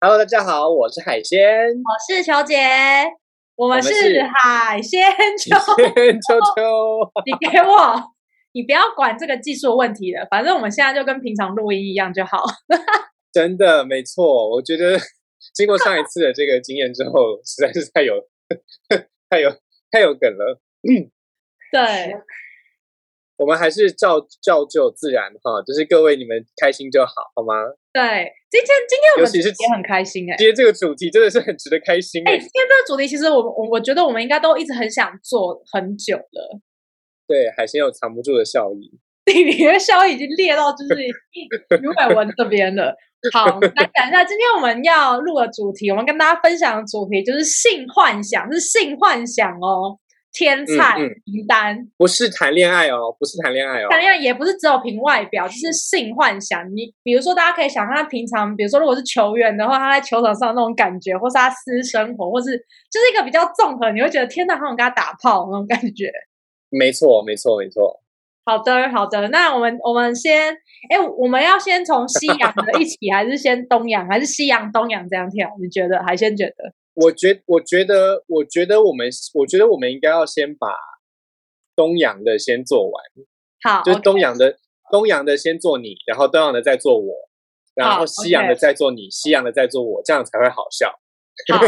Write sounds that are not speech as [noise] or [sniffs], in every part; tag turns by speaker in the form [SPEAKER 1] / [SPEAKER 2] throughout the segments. [SPEAKER 1] Hello，大家好，我是海
[SPEAKER 2] [laughs]
[SPEAKER 1] 鲜，
[SPEAKER 2] 我是球姐，我们
[SPEAKER 1] 我们是
[SPEAKER 2] 是海鲜球。
[SPEAKER 1] 秋秋。
[SPEAKER 2] 你给我，你不要管这个技术问题了，反正我们现在就跟平常录音一样就好。 [laughs]
[SPEAKER 1] 真的，没错，我觉得 [laughs] 经过上一次的这个经验之后，实在是太有 [laughs] 太有太有梗了。
[SPEAKER 2] 对，
[SPEAKER 1] 我们还是照照旧自然哈，就是各位你们开心就好，好吗？
[SPEAKER 2] 对，今天今天我
[SPEAKER 1] 尤
[SPEAKER 2] 们
[SPEAKER 1] 其是
[SPEAKER 2] 也很开心哎、
[SPEAKER 1] 今天这个主题真的是很值得开心
[SPEAKER 2] 哎、
[SPEAKER 1] 哎、
[SPEAKER 2] 今天这个主题其实我我我觉得我们应该都一直很想做很久了，
[SPEAKER 1] 对，海鲜有藏不住的笑意。
[SPEAKER 2] [laughs] 你的笑已经裂到就是鱼尾纹这边
[SPEAKER 1] [laughs]
[SPEAKER 2] 了。好，我们来讲一下今天我们要录的主题，我们跟大家分享的主题就是性幻想，是性幻想哦，天菜
[SPEAKER 1] 嗯嗯
[SPEAKER 2] 名单。
[SPEAKER 1] 不是谈恋爱哦，不是谈恋爱哦，
[SPEAKER 2] 谈恋爱也不是只有凭外表，就是性幻想。你比如说，大家可以想象他平常，比如说如果是球员的话，他在球场上的那种感觉，或是他私生活，或是就是一个比较综合，你会觉得天哪，好想跟他打炮那种感觉。
[SPEAKER 1] 没错，没错，没错。
[SPEAKER 2] 好的，好的，那我们我们先，哎，我们要先从西洋的
[SPEAKER 1] [laughs]
[SPEAKER 2] 一起，还是先东洋，还是西洋东洋这样跳？你觉得？还先觉得？
[SPEAKER 1] 我觉我觉得，我觉得我们，我觉得我们应该要先把东洋的先做完，
[SPEAKER 2] 好，
[SPEAKER 1] 就是
[SPEAKER 2] OK
[SPEAKER 1] 东洋的东洋的先做你，然后东洋的再做我，然后
[SPEAKER 2] 好
[SPEAKER 1] 西洋的
[SPEAKER 2] 哦 OK
[SPEAKER 1] 再做你，西洋的再做我，这样才会好笑。
[SPEAKER 2] 好，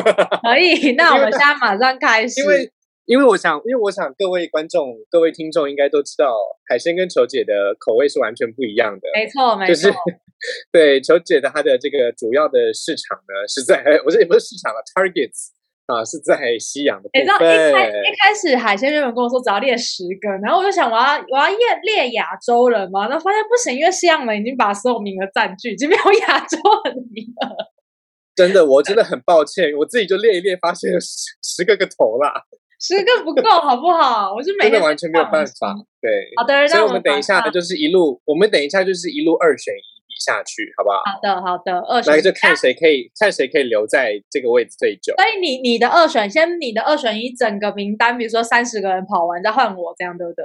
[SPEAKER 2] 可以。那
[SPEAKER 1] [laughs]
[SPEAKER 2] 我
[SPEAKER 1] 因为
[SPEAKER 2] 们现在马上开始。
[SPEAKER 1] 因为因为我想，因为我想各位观众、各位听众应该都知道，海鲜跟球姐的口味是完全不一样的。
[SPEAKER 2] 没错，哎没
[SPEAKER 1] 就
[SPEAKER 2] 错，
[SPEAKER 1] 是 [laughs] 对球姐的她的这个主要的市场呢是在，不是也不是市场了，targets 啊是在西洋的
[SPEAKER 2] 你知道
[SPEAKER 1] 部
[SPEAKER 2] 一开
[SPEAKER 1] 分。
[SPEAKER 2] 一开始海鲜原本跟我说只要列十个，然后我就想我要我要列列亚洲人嘛，然后发现不行，因为西洋人已经把所有名额占据，已经没有亚洲人的名额。 [laughs]
[SPEAKER 1] 真的，我真的很抱歉，我自己就列一列，发现有十十个个头啦，
[SPEAKER 2] 十个不够，好不好？我是每
[SPEAKER 1] 真的
[SPEAKER 2] 天
[SPEAKER 1] 完全没有
[SPEAKER 2] 放
[SPEAKER 1] 办
[SPEAKER 2] 松
[SPEAKER 1] 法。对，
[SPEAKER 2] 好的，
[SPEAKER 1] 所以
[SPEAKER 2] 那
[SPEAKER 1] 我们等一
[SPEAKER 2] 马
[SPEAKER 1] 下
[SPEAKER 2] 上
[SPEAKER 1] 就是一路，我们等一下就是一路二选一比下去，好不好？
[SPEAKER 2] 好的好的二选
[SPEAKER 1] 来
[SPEAKER 2] 一
[SPEAKER 1] 就。看谁可以，看谁可以留在这个位置最久。
[SPEAKER 2] 所以你你的二选先你的二选一整个名单，比如说三十个人跑完再换我，这样对不对？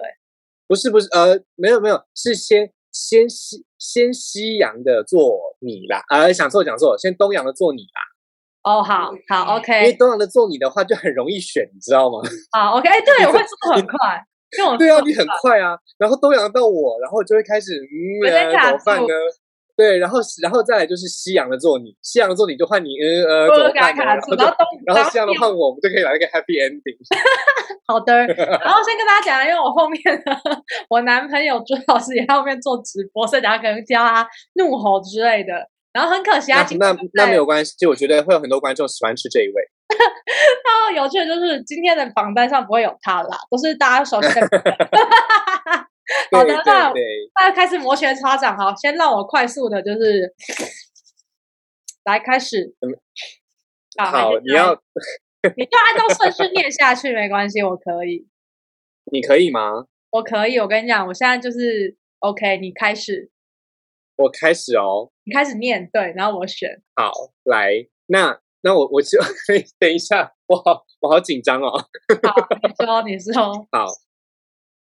[SPEAKER 1] 不是不是，呃，没有没有，是先先西先西洋的做你啦，呃，想错讲错，先东洋的做你啦，
[SPEAKER 2] 哦，好好
[SPEAKER 1] 因为
[SPEAKER 2] ，OK，
[SPEAKER 1] 东洋的做你的话就很容易选，你知道吗？ [laughs]
[SPEAKER 2] 好 OK，哎，对我会速度很快，因为我
[SPEAKER 1] 对啊，
[SPEAKER 2] 速
[SPEAKER 1] 你很快啊，然后东洋到我，然后就会开始，嗯，
[SPEAKER 2] 我在
[SPEAKER 1] 呃
[SPEAKER 2] 卡
[SPEAKER 1] 怎么办
[SPEAKER 2] 住
[SPEAKER 1] 呢？对，然后然后再来就是西洋的做你，西洋的做你就换你，嗯呃，
[SPEAKER 2] 我
[SPEAKER 1] 怎么
[SPEAKER 2] 有给他
[SPEAKER 1] 办呢？
[SPEAKER 2] 卡
[SPEAKER 1] 然
[SPEAKER 2] 住，
[SPEAKER 1] 后
[SPEAKER 2] 然
[SPEAKER 1] 就
[SPEAKER 2] 后东
[SPEAKER 1] 然后西洋的
[SPEAKER 2] 变
[SPEAKER 1] 换我，我们就可以来一个 happy ending。
[SPEAKER 2] 好的，
[SPEAKER 1] [laughs]
[SPEAKER 2] 然后先跟大家讲，因为我后面呢，我男朋友朱老师也在后面做直播，所以大家可能叫他怒吼之类的。然后很可惜，他啊
[SPEAKER 1] 那
[SPEAKER 2] 今
[SPEAKER 1] 那那没
[SPEAKER 2] 对
[SPEAKER 1] 有关系，我觉得会有很多观众喜欢吃这一位。
[SPEAKER 2] 天哦有趣的就是今天的榜单上不会有他啦，都是大家熟
[SPEAKER 1] [laughs]
[SPEAKER 2] 悉的名字。好
[SPEAKER 1] 对
[SPEAKER 2] 的
[SPEAKER 1] 对
[SPEAKER 2] 那
[SPEAKER 1] 对，
[SPEAKER 2] 大家开始摩拳擦掌，好，先让我快速的，就是 [sniffs] 来开始
[SPEAKER 1] 嗯。
[SPEAKER 2] 那
[SPEAKER 1] 好，
[SPEAKER 2] 就
[SPEAKER 1] 你
[SPEAKER 2] 来
[SPEAKER 1] 要
[SPEAKER 2] [laughs] 你就按照顺序念下去，没关系，我可以，
[SPEAKER 1] 你可以吗？
[SPEAKER 2] 我可以。我跟你讲，我现在就是 OK，你开始，
[SPEAKER 1] 我开始哦，
[SPEAKER 2] 你开始念，对，然后我选。
[SPEAKER 1] 好，来，那那我我就等一下，我好我好紧张哦。
[SPEAKER 2] 好，你说，你说，
[SPEAKER 1] 好，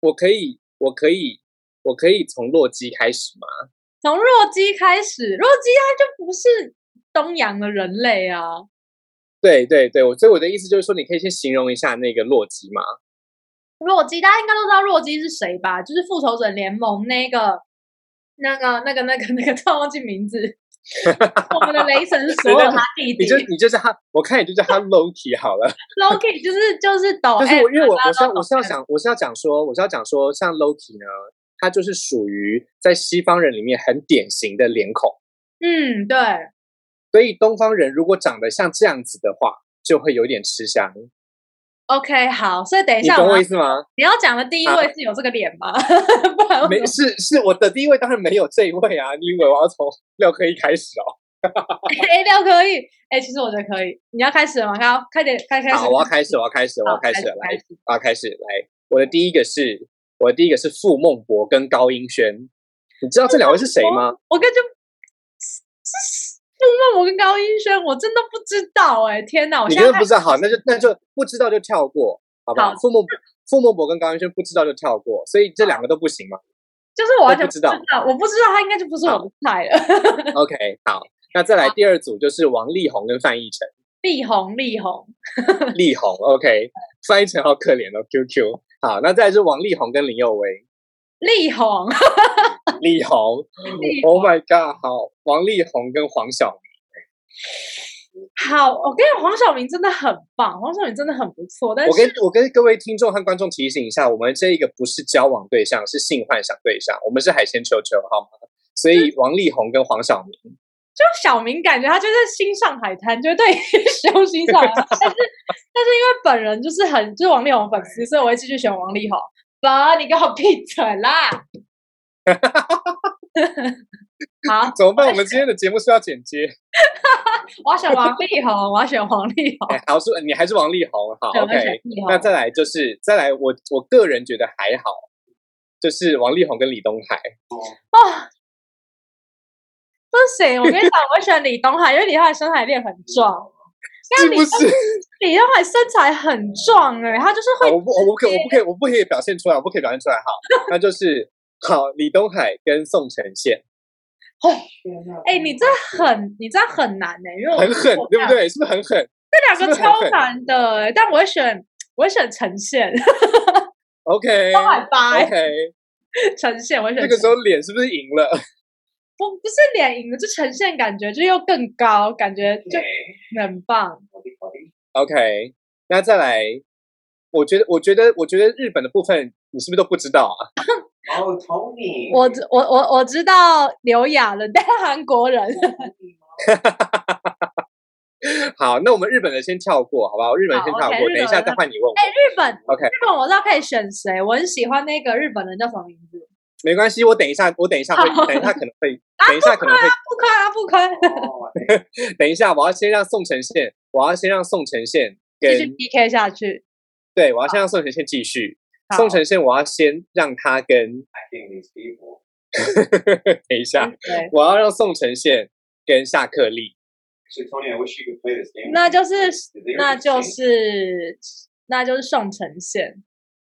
[SPEAKER 1] 我可以我可以我可以从洛基开始吗？
[SPEAKER 2] 从弱鸡开始，弱鸡它就不是东洋的人类啊。
[SPEAKER 1] 对对对，我所以我的意思就是说，你可以先形容一下那个洛基吗？
[SPEAKER 2] 弱鸡大家应该都知道弱鸡是谁吧？就是复仇者联盟那个、那个、那个、那个、那个，突然忘记名字。我们的
[SPEAKER 1] [laughs]
[SPEAKER 2] 雷神是所有他弟
[SPEAKER 1] 你
[SPEAKER 2] 弟
[SPEAKER 1] 就你就叫他，我看你就叫他 Loki 好了。
[SPEAKER 2] ，Loki 就是就是抖
[SPEAKER 1] 但是
[SPEAKER 2] M，
[SPEAKER 1] 我因为我我
[SPEAKER 2] 大
[SPEAKER 1] 是
[SPEAKER 2] 家
[SPEAKER 1] 要
[SPEAKER 2] 都
[SPEAKER 1] 我是要
[SPEAKER 2] 抖 M
[SPEAKER 1] 想我是要讲说我是要讲说，像 Loki 呢，他就是属于在西方人里面很典型的脸孔，
[SPEAKER 2] 嗯，对，
[SPEAKER 1] 所以东方人如果长得像这样子的话，就会有点吃香。
[SPEAKER 2] OK，好，所以等一
[SPEAKER 1] 你
[SPEAKER 2] 下
[SPEAKER 1] 懂
[SPEAKER 2] 我
[SPEAKER 1] 我
[SPEAKER 2] 们
[SPEAKER 1] 意
[SPEAKER 2] 要
[SPEAKER 1] 思
[SPEAKER 2] [laughs]
[SPEAKER 1] 吗？
[SPEAKER 2] 你要讲的第一
[SPEAKER 1] 啊
[SPEAKER 2] 位是有这个脸吗？ [laughs] 不然我
[SPEAKER 1] 没是是我的第一位当然没有这一位啊，你以为我要从 [laughs] 廖科一开始哦？
[SPEAKER 2] 哎，廖可以，哎、其实我觉得可以。你要开始了吗？快快点，快开始。
[SPEAKER 1] 好，我要开始，我要开始，我
[SPEAKER 2] 好，
[SPEAKER 1] 要开
[SPEAKER 2] 始
[SPEAKER 1] 始了，来
[SPEAKER 2] 开，始
[SPEAKER 1] 我要开始来。我的第一个是我的第一个是傅孟博跟高英轩，你知道这两位是谁吗？
[SPEAKER 2] 我跟就是傅孟我跟高英轩，我真的不知道哎、天哪！我
[SPEAKER 1] 你
[SPEAKER 2] 现
[SPEAKER 1] 觉
[SPEAKER 2] 在
[SPEAKER 1] 得不知道好，那就那就不知道就跳过，好不好？
[SPEAKER 2] 好
[SPEAKER 1] 傅孟傅孟博跟高圆轩不知道就跳过，所以这两个都不行嘛。
[SPEAKER 2] 就是我完全
[SPEAKER 1] 不知道
[SPEAKER 2] 我不知道他应该就不是我的菜了。
[SPEAKER 1] OK，好，那再来第二组就是王力宏跟范逸臣。
[SPEAKER 2] 力宏，力宏，
[SPEAKER 1] 力宏，OK，翻译成好可怜哦，QQ。好，那再来是王力宏跟林宥嘉。
[SPEAKER 2] 力宏，
[SPEAKER 1] 力宏
[SPEAKER 2] 力
[SPEAKER 1] ，Oh my God，好，王力宏跟黄晓明。
[SPEAKER 2] 好，我跟你讲，黄晓明真的很棒，黄晓明真的很不错，但
[SPEAKER 1] 我
[SPEAKER 2] 是
[SPEAKER 1] 跟我跟各位听众和观众提醒一下，我们这一个不是交往对象，是性幻想对象，我们是海鲜球球，好吗？所以王力宏跟黄晓明，
[SPEAKER 2] 就小明感觉他就是新上海滩，就对于 [laughs] 修心上海滩，但是但是因为本人就是很就是王力宏粉丝，所以我会继续选王力宏。爸，你给我闭嘴
[SPEAKER 1] [laughs]
[SPEAKER 2] 啦！ [laughs] 好，
[SPEAKER 1] [laughs] 怎么办？我们今天的节目是要剪 [laughs] 接？
[SPEAKER 2] 我要选王力宏，我要选王力宏 [laughs]
[SPEAKER 1] 哎，，好，是你还是王力宏？好
[SPEAKER 2] 对，我要选
[SPEAKER 1] ，OK。
[SPEAKER 2] 力
[SPEAKER 1] 那
[SPEAKER 2] 宏。
[SPEAKER 1] 再来就是再来我，我个人觉得还好，就是王力宏跟李东海。
[SPEAKER 2] 啊不行，我跟你讲，我会选李东海，因为李东海身材练很壮，
[SPEAKER 1] [laughs] 是
[SPEAKER 2] 但李
[SPEAKER 1] 不
[SPEAKER 2] 东
[SPEAKER 1] 是？
[SPEAKER 2] 李东海身材很壮哎、他就是
[SPEAKER 1] 好
[SPEAKER 2] 会
[SPEAKER 1] 啊 [laughs] 我不，我不可，我不可以，我不可以表现出来，我不可以表现出来。 [laughs] 好，那就是好，李东海跟宋承 [laughs] 宪
[SPEAKER 2] 哎、你这很你这样很难哎、因为我
[SPEAKER 1] 很狠
[SPEAKER 2] 我，
[SPEAKER 1] 对不对？是不是很狠
[SPEAKER 2] 这两
[SPEAKER 1] 是不
[SPEAKER 2] 个
[SPEAKER 1] 是很
[SPEAKER 2] 超
[SPEAKER 1] 狠
[SPEAKER 2] 难的欸、但我会选，我会选呈现，
[SPEAKER 1] ？OK
[SPEAKER 2] 八百八欸，
[SPEAKER 1] OK，
[SPEAKER 2] 呈现，我会选
[SPEAKER 1] 这
[SPEAKER 2] 呈。
[SPEAKER 1] 个时候脸是不是赢了？ [laughs]
[SPEAKER 2] 不不是脸赢了，就呈现感觉就又更高，感觉就很棒。
[SPEAKER 1] OK，那再来，我觉得，我觉得，我觉得日本的部分你是不是都不知道啊？
[SPEAKER 3] 哦，Tony，
[SPEAKER 2] 我知我我我知道刘雅了， [laughs] 但是韩国人
[SPEAKER 1] [laughs] 好，那我们日本的先跳过，好不好？日本先
[SPEAKER 2] 好
[SPEAKER 1] 跳
[SPEAKER 2] ，OK，
[SPEAKER 1] 过，
[SPEAKER 2] 日
[SPEAKER 1] 等一
[SPEAKER 2] 本
[SPEAKER 1] 下
[SPEAKER 2] 的
[SPEAKER 1] 再换你问我。
[SPEAKER 2] 日本
[SPEAKER 1] OK
[SPEAKER 2] 日本我知道可以选谁，我很喜欢那个日本人叫什么名字？
[SPEAKER 1] 没关系，我等一下，我等一下会，
[SPEAKER 2] 好
[SPEAKER 1] 等一下可能会，
[SPEAKER 2] [laughs] 啊
[SPEAKER 1] 等一下可能会，
[SPEAKER 2] 不宽啊不宽，
[SPEAKER 3] 哦
[SPEAKER 1] 等一下，我要先让宋承宪，我要先让宋承宪
[SPEAKER 2] [laughs] 继续
[SPEAKER 1] 跟，
[SPEAKER 2] PK 下去。
[SPEAKER 1] 对，我要先让宋承宪继续。
[SPEAKER 2] 好
[SPEAKER 1] 宋承宪，我要先让他跟， [laughs]
[SPEAKER 3] I think these people
[SPEAKER 1] 等一下，
[SPEAKER 2] 嗯对，
[SPEAKER 1] 我要让宋承宪跟夏克立。
[SPEAKER 3] Actually, Tony, I wish you could play this game.
[SPEAKER 2] 那就是
[SPEAKER 3] Is there
[SPEAKER 2] 那
[SPEAKER 3] a
[SPEAKER 2] 就
[SPEAKER 3] game?
[SPEAKER 2] 是那就是宋承宪，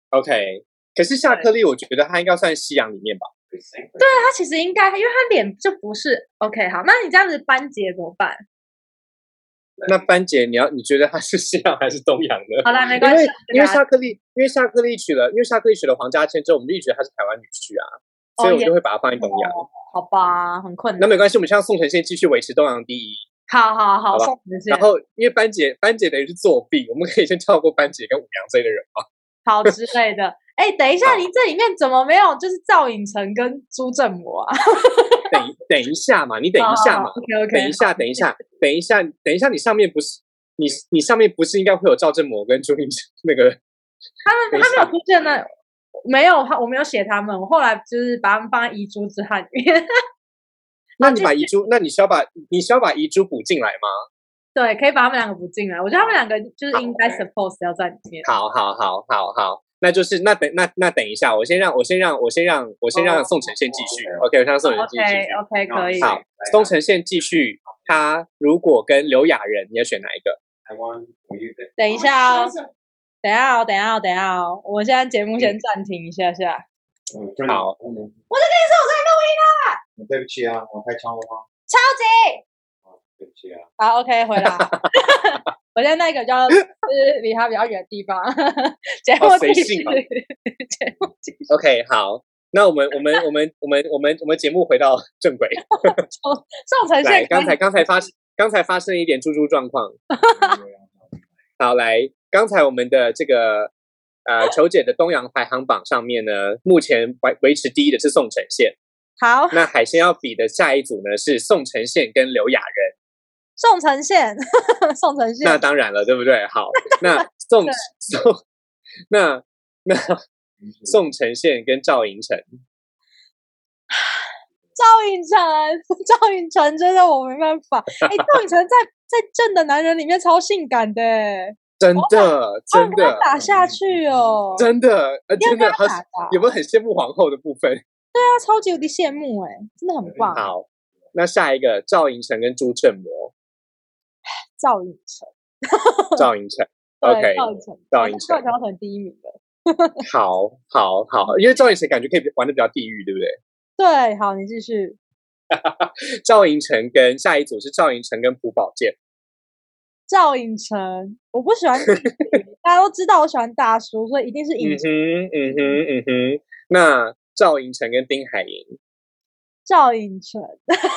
[SPEAKER 1] OK，可是夏
[SPEAKER 2] 对
[SPEAKER 1] 克立，我觉得他应该算西洋里面吧？
[SPEAKER 3] Good thing.
[SPEAKER 2] 他其实应该，因为他脸就不是 OK。好，那你这样子班杰怎么办？
[SPEAKER 1] 那班姐，你要你觉得他是西洋还是东洋呢？
[SPEAKER 2] 好啦，没
[SPEAKER 1] 因
[SPEAKER 2] 关
[SPEAKER 1] 为
[SPEAKER 2] 系，
[SPEAKER 1] 因为
[SPEAKER 2] 我给他
[SPEAKER 1] 夏克立，因为夏克立娶了，因为夏克立娶了黄家千之后，我们就一直觉得他是台湾女婿啊，所以
[SPEAKER 2] 哦
[SPEAKER 1] 我
[SPEAKER 2] 也哦
[SPEAKER 1] 就会把他放在东洋。
[SPEAKER 2] 好吧，很困
[SPEAKER 1] 那
[SPEAKER 2] 难。
[SPEAKER 1] 没关系，我们现在宋承宪继续维持东洋第一。
[SPEAKER 2] 好好
[SPEAKER 1] 好
[SPEAKER 2] 好，
[SPEAKER 1] 吧
[SPEAKER 2] 宋承宪
[SPEAKER 1] 然，后因为班姐班姐等于是作弊，我们可以先跳过班姐跟五娘这一类的人嘛。
[SPEAKER 2] 好之类的。哎，等一
[SPEAKER 1] 好
[SPEAKER 2] 下，你这里面怎么没有就是赵寅成跟朱振模啊？
[SPEAKER 1] 等一等一下嘛，你等一下嘛，
[SPEAKER 2] ，OK
[SPEAKER 1] 等
[SPEAKER 2] 哦 OK
[SPEAKER 1] 一。下，等一下，等一下，等一下，你上面不是你你上面不是应该会有赵正模跟朱明 [laughs] 那个？
[SPEAKER 2] 他
[SPEAKER 1] 等
[SPEAKER 2] 们
[SPEAKER 1] 一
[SPEAKER 2] 他没有
[SPEAKER 1] 下
[SPEAKER 2] 出现呢，没有他，我没有写他们。我后来就是把他们放在遗珠之汉里面。 [laughs]
[SPEAKER 1] 那你把遗珠，那你需要把你需要把遗珠补进来吗？
[SPEAKER 2] 对，可以把他们两个补进来。我觉得他们两个就是
[SPEAKER 1] 好
[SPEAKER 2] 应该
[SPEAKER 3] ，OK
[SPEAKER 2] suppose 要在里面。
[SPEAKER 1] 好好好好好，那就是那等那那等一下，我先让我先让我先让我先让
[SPEAKER 3] 哦
[SPEAKER 1] 宋承宪继续
[SPEAKER 3] 哦
[SPEAKER 1] ，OK，我先让宋承宪继
[SPEAKER 2] OK
[SPEAKER 1] 续。
[SPEAKER 2] OK 可以。
[SPEAKER 1] 好
[SPEAKER 3] All
[SPEAKER 1] 宋
[SPEAKER 3] right.
[SPEAKER 1] 承宪继续，他如果跟刘雅人，你要选哪一个？
[SPEAKER 3] I want what you think.
[SPEAKER 2] 等一下哦，等一下哦，等一下哦，等一下哦，我现在节
[SPEAKER 1] 嗯
[SPEAKER 2] 目先暂停一下下。
[SPEAKER 3] 嗯，Tony，
[SPEAKER 1] 好
[SPEAKER 3] ，Tony，
[SPEAKER 2] 我
[SPEAKER 3] 嗯对不起啊，我太长了吗？
[SPEAKER 2] 超级
[SPEAKER 3] 对不起啊，
[SPEAKER 2] 好，OK，回
[SPEAKER 1] [laughs]
[SPEAKER 2] 来。我现在那个叫就是离他比较远的地方， [laughs] 节目
[SPEAKER 1] 好
[SPEAKER 2] 继
[SPEAKER 1] 随
[SPEAKER 2] 续，
[SPEAKER 1] 性啊
[SPEAKER 2] 节目继续
[SPEAKER 1] OK，好，那我们我们我们我们我们我们节目回到正轨。
[SPEAKER 2] 宋承
[SPEAKER 1] 来，
[SPEAKER 2] 宪
[SPEAKER 1] 刚才刚才发刚才发生了一点猪猪状况。
[SPEAKER 2] [laughs]
[SPEAKER 1] 好，来，刚才我们的这个呃球姐的东洋排行榜上面呢，目前维维持第一的是宋承宪。
[SPEAKER 2] 好，
[SPEAKER 1] 那海鲜要比的下一组呢是宋承宪跟刘雅人。
[SPEAKER 2] 宋承宪， [laughs] 宋承宪
[SPEAKER 1] 那，当然了，对不
[SPEAKER 2] [laughs]
[SPEAKER 1] 对？好，那宋 [laughs] 宋那那宋承宪跟赵寅成。
[SPEAKER 2] 赵寅成， [laughs] 赵寅成真的我没办
[SPEAKER 1] [laughs]
[SPEAKER 2] 法，哎，赵寅成在在正的男人里面超性感的欸，
[SPEAKER 1] 真的，
[SPEAKER 2] 他
[SPEAKER 1] 真
[SPEAKER 2] 跟他
[SPEAKER 1] 的，
[SPEAKER 2] 打下去哦，
[SPEAKER 1] 真的，呃，
[SPEAKER 2] 要
[SPEAKER 1] 真
[SPEAKER 2] 跟
[SPEAKER 1] 的，
[SPEAKER 2] 他
[SPEAKER 1] 好
[SPEAKER 2] 打的，
[SPEAKER 1] 有没有很羡慕皇后的部分？
[SPEAKER 2] 他超级无敌羡慕哎，真的很棒，
[SPEAKER 1] 好，那下一个赵寅成跟朱振
[SPEAKER 2] [laughs]
[SPEAKER 1] 模，
[SPEAKER 2] 赵寅成。
[SPEAKER 1] 赵寅成
[SPEAKER 2] 对，
[SPEAKER 1] ，OK，
[SPEAKER 2] 赵寅成，
[SPEAKER 1] 赵
[SPEAKER 2] 我
[SPEAKER 1] 寅
[SPEAKER 2] 是赵
[SPEAKER 1] 成
[SPEAKER 2] 寅成选第一名的。
[SPEAKER 1] 好，好，好，因为赵寅成感觉可以玩的比较地狱，对不对？
[SPEAKER 2] 对，好，你继续。
[SPEAKER 1] 赵寅成跟下一组是赵寅成跟朴宝剑。
[SPEAKER 2] 赵寅成，我不喜欢弟弟大家都知道我喜欢大叔，所以一定是
[SPEAKER 1] 嗯
[SPEAKER 2] 寅成。
[SPEAKER 1] 哼，嗯哼，嗯哼。那赵寅成跟丁海寅
[SPEAKER 2] 赵寅成，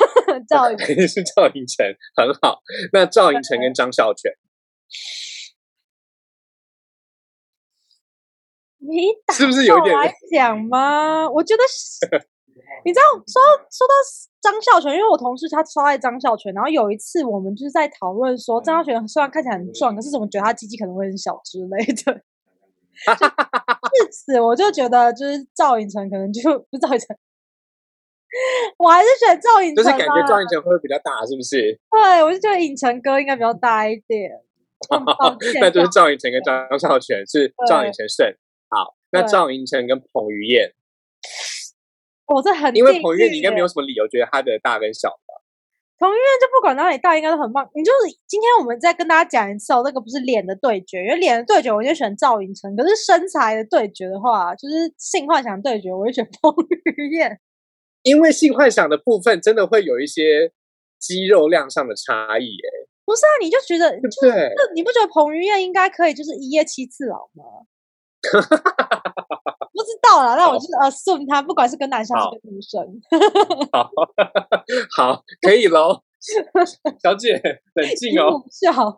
[SPEAKER 2] [laughs] 赵寅
[SPEAKER 1] [laughs] 是赵寅成，很好。那赵寅成跟张孝
[SPEAKER 2] [laughs]
[SPEAKER 1] 全，
[SPEAKER 2] 你打
[SPEAKER 1] 是不是有
[SPEAKER 2] 我
[SPEAKER 1] 点
[SPEAKER 2] 来讲吗？我觉得是你知道说到说到张孝全，因为我同事他超爱张孝全，然后有一次我们就是在讨论
[SPEAKER 1] 嗯
[SPEAKER 2] 说，张孝全虽然看起来很壮，可是怎么觉得他鸡鸡可能会很小之类的。 [laughs]
[SPEAKER 3] 嗯
[SPEAKER 2] 就至此，我就觉得就是赵寅成可能就不是赵寅成， [laughs] 我还是选赵寅
[SPEAKER 1] 就
[SPEAKER 2] 成
[SPEAKER 1] 是
[SPEAKER 2] 吧。
[SPEAKER 1] 感觉赵寅成会比较大，是不是？
[SPEAKER 2] 对，我就觉得尹成哥应该比较大一
[SPEAKER 1] [laughs]
[SPEAKER 2] 点。很抱歉
[SPEAKER 1] 那就是
[SPEAKER 2] 赵
[SPEAKER 1] 赵寅成跟张孝全是赵寅成胜。好，那
[SPEAKER 2] 对
[SPEAKER 1] 赵寅成跟彭于晏，
[SPEAKER 2] 我这很
[SPEAKER 1] 因为
[SPEAKER 2] 地
[SPEAKER 1] 彭于晏
[SPEAKER 2] 狱
[SPEAKER 1] 你应该没
[SPEAKER 2] 耶
[SPEAKER 1] 有什么理由觉得他的大跟小。
[SPEAKER 2] 彭于晏就不管哪里大，应该都很棒。你就是今天我们再跟大家讲一次哦，那个不是脸的对决，因为脸的对决我就选赵寅成，可是身材的对决的话，就是性幻想对决，我就选彭于晏。
[SPEAKER 1] 因为性幻想的部分真的会有一些肌肉量上的差异，哎，
[SPEAKER 2] 不是啊，你就
[SPEAKER 1] [laughs]
[SPEAKER 2] 觉得，
[SPEAKER 1] 对
[SPEAKER 2] 就
[SPEAKER 1] 不 [laughs] 对？
[SPEAKER 2] 是你不觉得彭于晏应该可以就是一夜七次郎吗？不知道啦，那我
[SPEAKER 1] 好
[SPEAKER 2] 就是 assume 他，不管是跟男生还
[SPEAKER 1] 好
[SPEAKER 2] 是跟
[SPEAKER 1] [laughs]
[SPEAKER 2] 女生，
[SPEAKER 1] 好，好，可以喽， [laughs] 小姐，冷静
[SPEAKER 2] [laughs] 鹦
[SPEAKER 1] 哦。
[SPEAKER 2] 鹉笑。好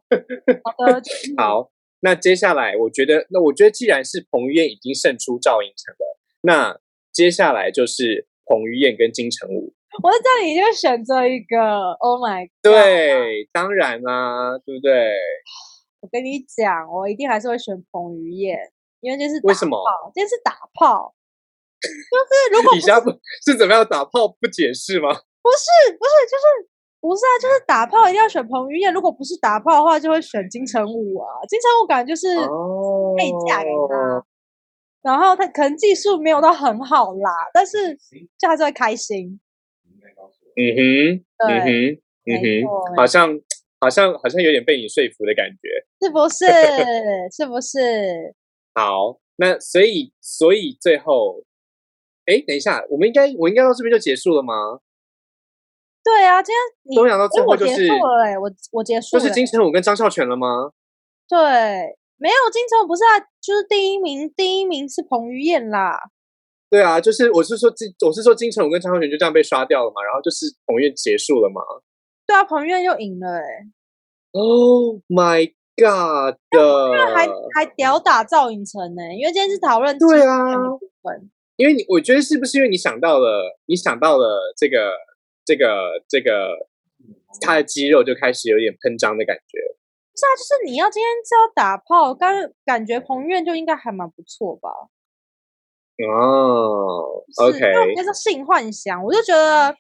[SPEAKER 2] 的，就是
[SPEAKER 1] [laughs] 好，那接下来我觉得，那我觉得既然是彭于晏已经胜出赵寅成了，那接下来就是彭于晏跟金城武。
[SPEAKER 2] 我在这里就选择一个，Oh my，God,
[SPEAKER 1] 对，当然啦、对不对？
[SPEAKER 2] 我跟你讲，我一定还是会选彭于晏，因为这是
[SPEAKER 1] 为
[SPEAKER 2] 打
[SPEAKER 1] 什么？
[SPEAKER 2] 炮，这是打炮。就是如果
[SPEAKER 1] 以下
[SPEAKER 2] [laughs]
[SPEAKER 1] 不是怎么样打炮不解释吗？
[SPEAKER 2] 不是不是就是不是啊，就是打炮一定要选彭于晏，如果不是打炮的话，就会选金城武啊。金城武感觉就是
[SPEAKER 1] 哦
[SPEAKER 2] 可以嫁给他，然后他可能技术没有到很好啦，但是就还是会开心。
[SPEAKER 3] 你应该告诉我。
[SPEAKER 1] 嗯哼，嗯
[SPEAKER 2] 对，
[SPEAKER 1] 哼，嗯
[SPEAKER 2] 没
[SPEAKER 1] 哼。
[SPEAKER 2] 错，
[SPEAKER 1] 好像好像好像有点被你说服的感觉。
[SPEAKER 2] 是不是？是不是？
[SPEAKER 1] 好，那所以所以最后，哎，等一下，我们应该我应该到这边就结束了吗？
[SPEAKER 2] 对啊，今天你
[SPEAKER 1] 都讲到
[SPEAKER 2] 哎
[SPEAKER 1] 最
[SPEAKER 2] 我
[SPEAKER 1] 后就
[SPEAKER 2] 结
[SPEAKER 1] 是
[SPEAKER 2] 束了、欸，我我结束
[SPEAKER 1] 就
[SPEAKER 2] 了欸、
[SPEAKER 1] 是金城武跟张孝全了吗？
[SPEAKER 2] 对，没有金城武不是啊，就是第一名，第一名是彭于晏啦。
[SPEAKER 1] 对啊，就是我是说金我是说金城武跟张孝全就这样被刷掉了嘛，然后就是彭于晏结束了嘛。
[SPEAKER 2] 对啊，彭于晏又赢了哎、
[SPEAKER 1] Oh my god！
[SPEAKER 2] 欸，还还屌打赵寅成呢、因为今天是讨论
[SPEAKER 1] 呃嗯对
[SPEAKER 2] 鸡
[SPEAKER 1] 啊
[SPEAKER 2] 蛋的部分，
[SPEAKER 1] 因为你我觉得是不是因为你想到了你想到了这个这个这个他的肌肉就开始有点喷张的感觉。
[SPEAKER 2] 不是啊，就是你要今天是要打炮，感感觉彭于晏就应该还蛮不错吧？
[SPEAKER 1] 哦
[SPEAKER 2] 是
[SPEAKER 1] ，OK，
[SPEAKER 2] 因为我觉得性幻想，我就觉得。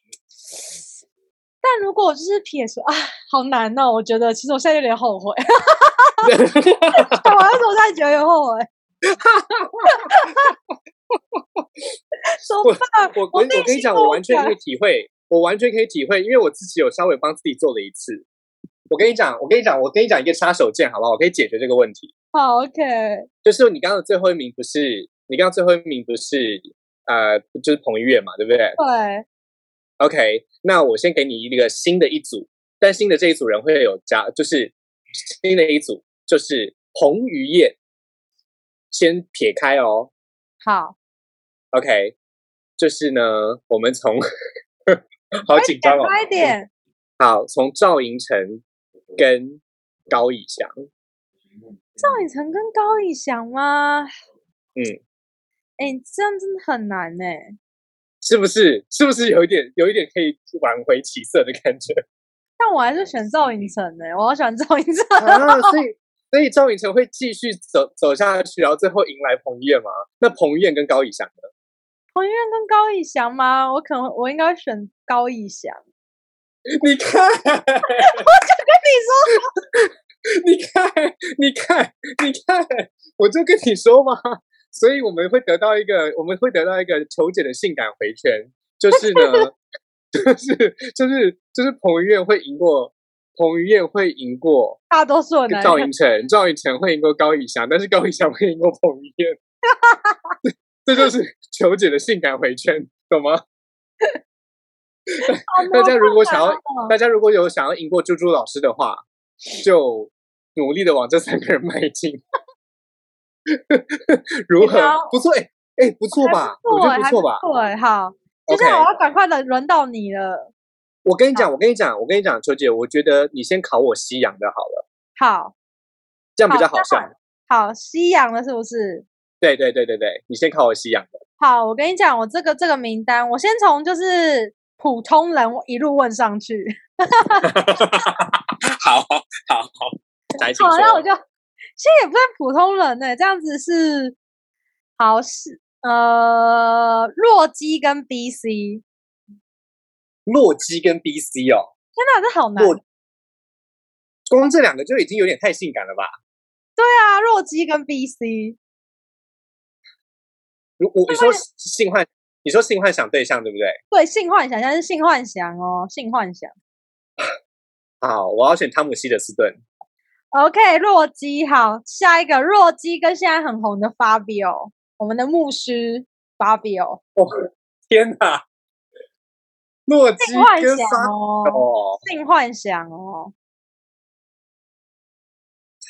[SPEAKER 2] 但如果我就是撇除啊，好难哦！我觉得其实我现在有点后悔， [laughs] 我还是我现在觉得有点后悔。 [laughs]
[SPEAKER 1] 我
[SPEAKER 2] 说吧，
[SPEAKER 1] 我
[SPEAKER 2] 我
[SPEAKER 1] 跟
[SPEAKER 2] 内
[SPEAKER 1] 我跟你
[SPEAKER 2] 心
[SPEAKER 1] 讲，
[SPEAKER 2] 跟
[SPEAKER 1] 我
[SPEAKER 2] 我
[SPEAKER 1] 完全可以体会，我完全可以体会，因为我自己有稍微帮自己做了一次。我跟你讲，我跟你讲，我跟你讲一个杀手锏，好不好？我可以解决这个问题。
[SPEAKER 2] 好 OK，
[SPEAKER 1] 就是你刚刚的最后一名不是，你刚刚最后一名不是，呃，就是彭于晏嘛，对不对
[SPEAKER 2] 对，
[SPEAKER 1] ？OK，那我先给你一个新的一组，但新的这一组人会有加，就是新的一组就是彭于晏，先撇开哦，
[SPEAKER 2] 好，
[SPEAKER 1] OK，就是呢，我们从好紧张哦，
[SPEAKER 2] 哎快点，
[SPEAKER 1] 好，从赵寅成跟高以翔，
[SPEAKER 2] 赵寅成跟高以翔吗？
[SPEAKER 1] 嗯，
[SPEAKER 2] 哎、这样真的很难呢、
[SPEAKER 1] 是不是？是不是有一点，有一点可以挽回起色的感觉
[SPEAKER 2] 但我还是选赵寅成呢、我好喜欢赵寅成。
[SPEAKER 1] 啊？所以， [laughs] 所以赵寅成会继续走走下去，然后最后迎来彭于晏吗？那彭于晏跟高以翔呢？
[SPEAKER 2] 彭于晏跟高以翔吗？我可能我应该会选高以翔。
[SPEAKER 1] 你看，
[SPEAKER 2] 跟
[SPEAKER 1] 你看，你看，你看，我就跟你说嘛，所以我们会得到一个，我们会得到一个求解的性感回圈，就是呢， [laughs] 就是就是就是彭于晏会赢过，彭于晏会赢过
[SPEAKER 2] 你说大多数的男
[SPEAKER 1] 赵
[SPEAKER 2] 人
[SPEAKER 1] 寅成，赵寅成会赢过高以翔，但是高以翔会赢过彭于晏 [laughs] ，这就是求解的性感回圈，懂吗？大家如果想要
[SPEAKER 2] 好麻烦哦
[SPEAKER 1] 大家如果有想要赢过猪猪老师的话，就努力的往这三个人迈进。 [laughs] 如何
[SPEAKER 2] 你好？
[SPEAKER 1] 不错，哎、哎、不错吧？我觉
[SPEAKER 2] 还
[SPEAKER 1] 得
[SPEAKER 2] 不
[SPEAKER 1] 不错吧？
[SPEAKER 2] 对，好，接
[SPEAKER 1] OK
[SPEAKER 2] 下来我要赶快的轮到你了。
[SPEAKER 1] 我跟你讲，我跟你讲，我跟你讲，球姐，我觉得你先考我西洋的好了，
[SPEAKER 2] 好，
[SPEAKER 1] 这样比较
[SPEAKER 2] 好
[SPEAKER 1] 好笑。
[SPEAKER 2] 好，西洋了是不是？
[SPEAKER 1] 对对对对对，你先考我西洋
[SPEAKER 2] [laughs]
[SPEAKER 1] 的。
[SPEAKER 2] 好，我跟你讲，我这个这个名单，我先从就是普通人一路问上去。
[SPEAKER 1] 好好好，来，请
[SPEAKER 2] 好，
[SPEAKER 1] 说。
[SPEAKER 2] 那我就其实也不算普通人呢、这样子是好是呃，洛基跟 BC，
[SPEAKER 1] 洛基跟 BC 哦，
[SPEAKER 2] 天哪，这好难。
[SPEAKER 1] 洛光这两个就已经有点太性感了吧？
[SPEAKER 2] 对啊，洛基跟 BC，
[SPEAKER 1] 如我你说性幻，你说性幻想对象对不对？
[SPEAKER 2] 对，性幻想，现在是性幻想哦，性幻想。
[SPEAKER 1] 好，我要选汤姆希德斯顿。
[SPEAKER 2] OK，洛基，好，下一个洛基跟现在很红的 Fabio，我们的牧师 Fabio，
[SPEAKER 1] 哦，天哪！洛基
[SPEAKER 2] 性幻
[SPEAKER 1] 跟
[SPEAKER 2] 想
[SPEAKER 1] 沙
[SPEAKER 2] 哦，
[SPEAKER 1] 哦，
[SPEAKER 2] [laughs] 性幻想哦，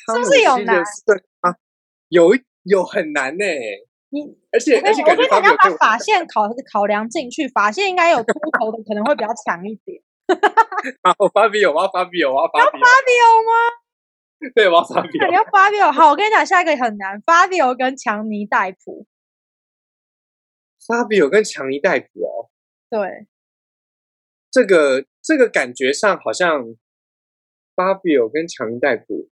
[SPEAKER 1] 汤姆
[SPEAKER 2] 是不是有
[SPEAKER 1] 希德斯顿啊，有有很难呢、
[SPEAKER 2] 你
[SPEAKER 1] 而且
[SPEAKER 2] 对
[SPEAKER 1] 而且
[SPEAKER 2] 我
[SPEAKER 1] 感觉
[SPEAKER 2] 觉得
[SPEAKER 1] 他
[SPEAKER 2] 你
[SPEAKER 1] 没有
[SPEAKER 2] 要把
[SPEAKER 1] 对我
[SPEAKER 2] 法线考考量进去，法线应该有秃头的可能会比较强一点。
[SPEAKER 1] 好，啊我发比有，我要发比有，我要发比有，
[SPEAKER 2] Fabio 吗？
[SPEAKER 1] 对，我要发比有
[SPEAKER 2] 那你。要 Fabio 好，我跟你讲，下一个也很难，Fabio 跟强尼戴普，
[SPEAKER 1] 发比有跟强尼戴普哦，
[SPEAKER 2] 对，
[SPEAKER 1] 这个这个感觉上好像发比有跟强尼戴普，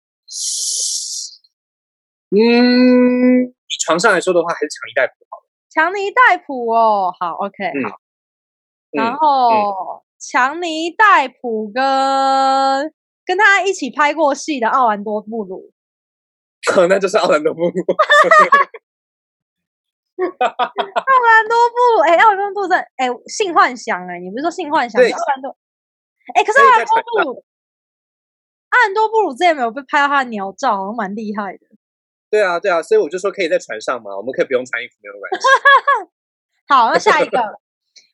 [SPEAKER 1] 嗯，床上来说的话还是强尼戴普好。
[SPEAKER 2] 强尼戴普哦，好，OK，
[SPEAKER 1] 嗯
[SPEAKER 2] 好，然
[SPEAKER 1] 嗯，
[SPEAKER 2] 后强尼戴普跟跟他一起拍过戏的奥兰多布鲁，
[SPEAKER 1] 可能就是奥兰多布鲁。
[SPEAKER 2] 奥兰多布鲁，哎，奥兰多布鲁在，哎，性幻想，哎，你不是说性幻想，
[SPEAKER 1] 对
[SPEAKER 2] 是奥兰多，哎，可是
[SPEAKER 1] 所以
[SPEAKER 2] 奥
[SPEAKER 1] 在
[SPEAKER 2] 兰多
[SPEAKER 1] 船
[SPEAKER 2] 布鲁，奥兰多布鲁之前没有被拍到他的鸟照，好像蛮厉害的。
[SPEAKER 1] [laughs] 对啊，对啊，所以我就说可以在船上嘛，我们可以不用穿衣服，没有关系。
[SPEAKER 2] 好，那下
[SPEAKER 1] [laughs]
[SPEAKER 2] 一个，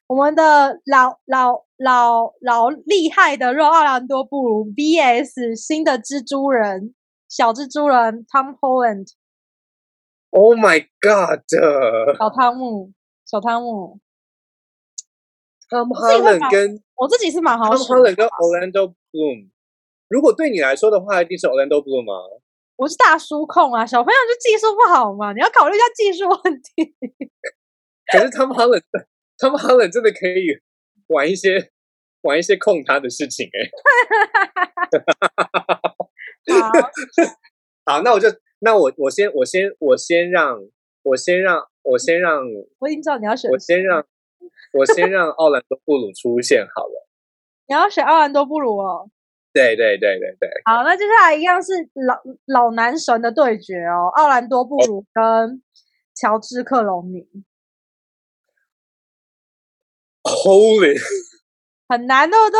[SPEAKER 2] 我们的老老老老厉害的肉奥兰多布鲁 VS 新的蜘蛛人小蜘蛛人 Tom Holland
[SPEAKER 1] Oh my god！[laughs]
[SPEAKER 2] 小汤姆小汤姆，
[SPEAKER 1] Tom
[SPEAKER 2] 自己会
[SPEAKER 1] Holland
[SPEAKER 2] 把
[SPEAKER 1] 跟
[SPEAKER 2] 我自己是蛮好
[SPEAKER 1] Tom
[SPEAKER 2] 选的
[SPEAKER 1] Holland 跟 Orlando Bloom，如果对你来说的话，一定是 Orlando Bloom 吗？
[SPEAKER 2] 我是大叔控啊，小朋友就技术不好嘛，你要考虑一下技术问题。
[SPEAKER 1] 可是 Tom Holland，Tom Holland 真的可以玩一些玩一些控他的事情哎、 [laughs]
[SPEAKER 2] 好，
[SPEAKER 1] 好，那我就那我我先我先我先让我先让我先让
[SPEAKER 2] 我已经知道你要选
[SPEAKER 1] 我
[SPEAKER 2] 谁，
[SPEAKER 1] 先让我先让奥兰多布鲁出现好了。
[SPEAKER 2] 你要选奥兰多布鲁哦。
[SPEAKER 1] 对对对对对，
[SPEAKER 2] 好，那接下来一样是老老男神的对决哦，奥兰多布鲁跟乔治克隆尼，
[SPEAKER 1] Holy， [laughs]
[SPEAKER 2] 很难，对不对？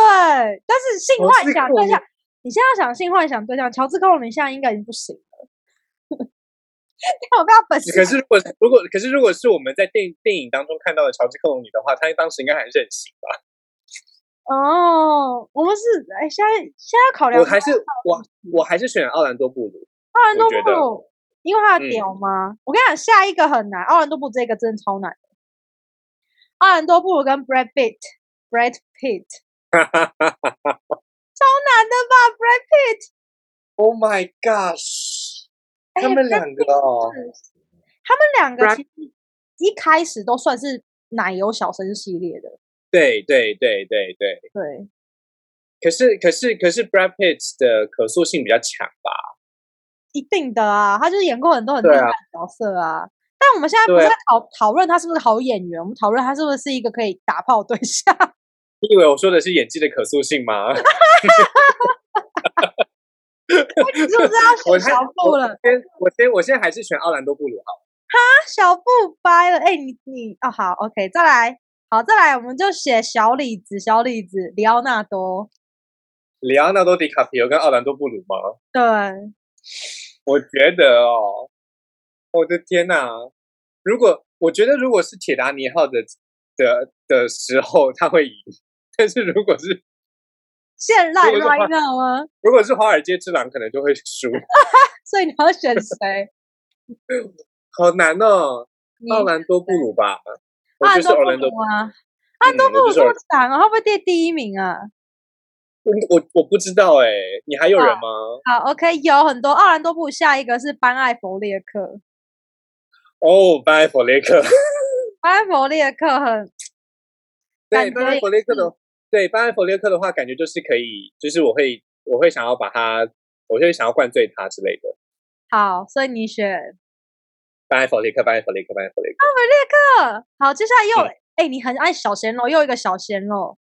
[SPEAKER 2] 但是性
[SPEAKER 1] 乔
[SPEAKER 2] 幻
[SPEAKER 1] 治
[SPEAKER 2] 想
[SPEAKER 1] 哦克隆
[SPEAKER 2] 对
[SPEAKER 1] 尼
[SPEAKER 2] 象，你现在想性幻想对象，乔治克隆尼现在应该已经不行了。 [laughs] 但我被他本性
[SPEAKER 1] 可是如果如果可是如果是我们在电电影当中看到的乔治克隆尼的话，他当时应该还任性吧？
[SPEAKER 2] 哦，我们是哎，现在现在要考量
[SPEAKER 1] 我还是我我还是选奥兰多布鲁。
[SPEAKER 2] 奥兰
[SPEAKER 1] 我
[SPEAKER 2] 多
[SPEAKER 1] 觉
[SPEAKER 2] 布
[SPEAKER 1] 得
[SPEAKER 2] 鲁，因为他的
[SPEAKER 1] 嗯
[SPEAKER 2] 屌吗？我跟你讲，下一个很难，奥兰多布鲁这个真的超难的。奥兰多布鲁跟 Brad Pitt，Brad Pitt 难的吧？Brad Pitt
[SPEAKER 1] oh my gosh，
[SPEAKER 2] 哎
[SPEAKER 1] 他们
[SPEAKER 2] ，Brad
[SPEAKER 1] 两个哦，
[SPEAKER 2] 他们两个
[SPEAKER 1] Brad-
[SPEAKER 2] 其实一开始都算是奶油小生系列的，
[SPEAKER 1] 对对对对对。
[SPEAKER 2] 对，
[SPEAKER 1] 可是可是可是，Brad Pitt 的可塑性比较强吧？
[SPEAKER 2] 一定的啊，他就是演过很多很厉
[SPEAKER 1] 对
[SPEAKER 2] 害
[SPEAKER 1] 啊
[SPEAKER 2] 的角色啊。但我们现在不
[SPEAKER 1] 对
[SPEAKER 2] 是
[SPEAKER 1] 啊
[SPEAKER 2] 在讨讨论他是不是好演员，我们讨论他是不是一个可以打炮对象。 [laughs]
[SPEAKER 1] 你以为我说的是演技的可塑性吗？
[SPEAKER 2] 你是不是要
[SPEAKER 1] 我
[SPEAKER 2] 选
[SPEAKER 1] 先
[SPEAKER 2] 小布
[SPEAKER 1] 我
[SPEAKER 2] 了？
[SPEAKER 1] 先我先我现在还是选奥兰多布鲁好了。
[SPEAKER 2] 小布掰了，哎、你你哦，好，OK，再来，好，再来，我们就写小李子，小李子，里奥纳多，
[SPEAKER 1] 里奥纳多·迪卡皮尤跟奥兰多·布鲁吗？
[SPEAKER 2] 对，
[SPEAKER 1] 我觉得哦，我的天哪！如果我觉得如果是铁达尼号的的的时候，他会赢，但是如果是
[SPEAKER 2] 现在
[SPEAKER 1] 如果是
[SPEAKER 2] right now 吗？
[SPEAKER 1] 如果是华尔街之狼，可能就会输。
[SPEAKER 2] 所以你
[SPEAKER 1] [laughs]
[SPEAKER 2] 要选谁？
[SPEAKER 1] 好难哦，
[SPEAKER 2] 你
[SPEAKER 1] 奥兰多布鲁吧？我
[SPEAKER 2] 啊
[SPEAKER 1] 就是奥兰多
[SPEAKER 2] 多布，鲁啊，
[SPEAKER 1] 嗯
[SPEAKER 2] 啊多布
[SPEAKER 1] 我
[SPEAKER 2] 鲁
[SPEAKER 1] 就是
[SPEAKER 2] 这么长哦，会不会第第一名啊？
[SPEAKER 1] 我我我不知道哎，你还有人吗？
[SPEAKER 2] 好，OK，有很多奥兰多布，下一个是班艾弗列克，
[SPEAKER 1] 哦，班艾弗雷 [laughs] 克，
[SPEAKER 2] 班艾弗列克很
[SPEAKER 1] 对，
[SPEAKER 2] 感觉
[SPEAKER 1] 班艾弗雷克的，对，班艾弗雷克的话，感觉就是可以，就是我会我会想要把他，我就会想要灌醉他之类的。
[SPEAKER 2] 好，所以你选
[SPEAKER 1] 班艾弗雷克，班艾弗雷克，班艾弗雷克，
[SPEAKER 2] 克。好，接下来又
[SPEAKER 1] 嗯
[SPEAKER 2] 哎、你很爱小鲜肉，又一个小鲜肉